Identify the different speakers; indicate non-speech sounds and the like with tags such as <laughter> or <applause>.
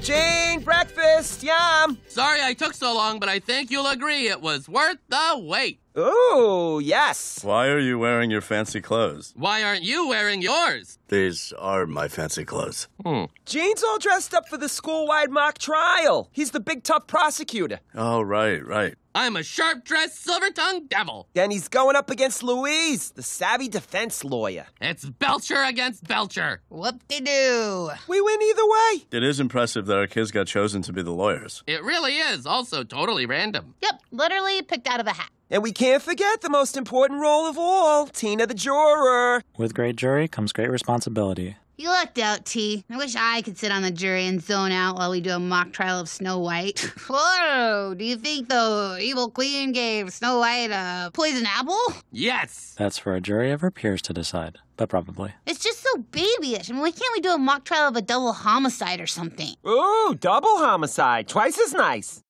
Speaker 1: Jane, breakfast, yum.
Speaker 2: Sorry I took so long, but I think you'll agree it was worth the wait.
Speaker 1: Ooh, yes.
Speaker 3: Why are you wearing your fancy clothes?
Speaker 2: Why aren't you wearing yours?
Speaker 3: These are my fancy clothes.
Speaker 1: Jane's all dressed up for the school-wide mock trial. He's the big tough prosecutor.
Speaker 3: Oh, right, right.
Speaker 2: I'm a sharp dressed, silver tongued devil.
Speaker 1: Then he's going up against Louise, the savvy defense lawyer.
Speaker 2: It's Belcher against Belcher.
Speaker 4: Whoop-de-doo.
Speaker 1: We win either way.
Speaker 3: It is impressive that our kids got chosen to be the lawyers.
Speaker 2: It really is also totally random.
Speaker 4: Yep, literally picked out of a hat.
Speaker 1: And we can't forget the most important role of all, Tina the juror.
Speaker 5: With great jury comes great responsibility.
Speaker 4: You lucked out, T. I wish I could sit on the jury and zone out while we do a mock trial of Snow White. <laughs> Whoa, do you think the evil queen gave Snow White a poison apple?
Speaker 2: Yes.
Speaker 5: That's for a jury of her peers to decide, but probably.
Speaker 4: It's just so babyish. I mean, why can't we do a mock trial of a double homicide or something?
Speaker 1: Ooh, double homicide, twice as nice.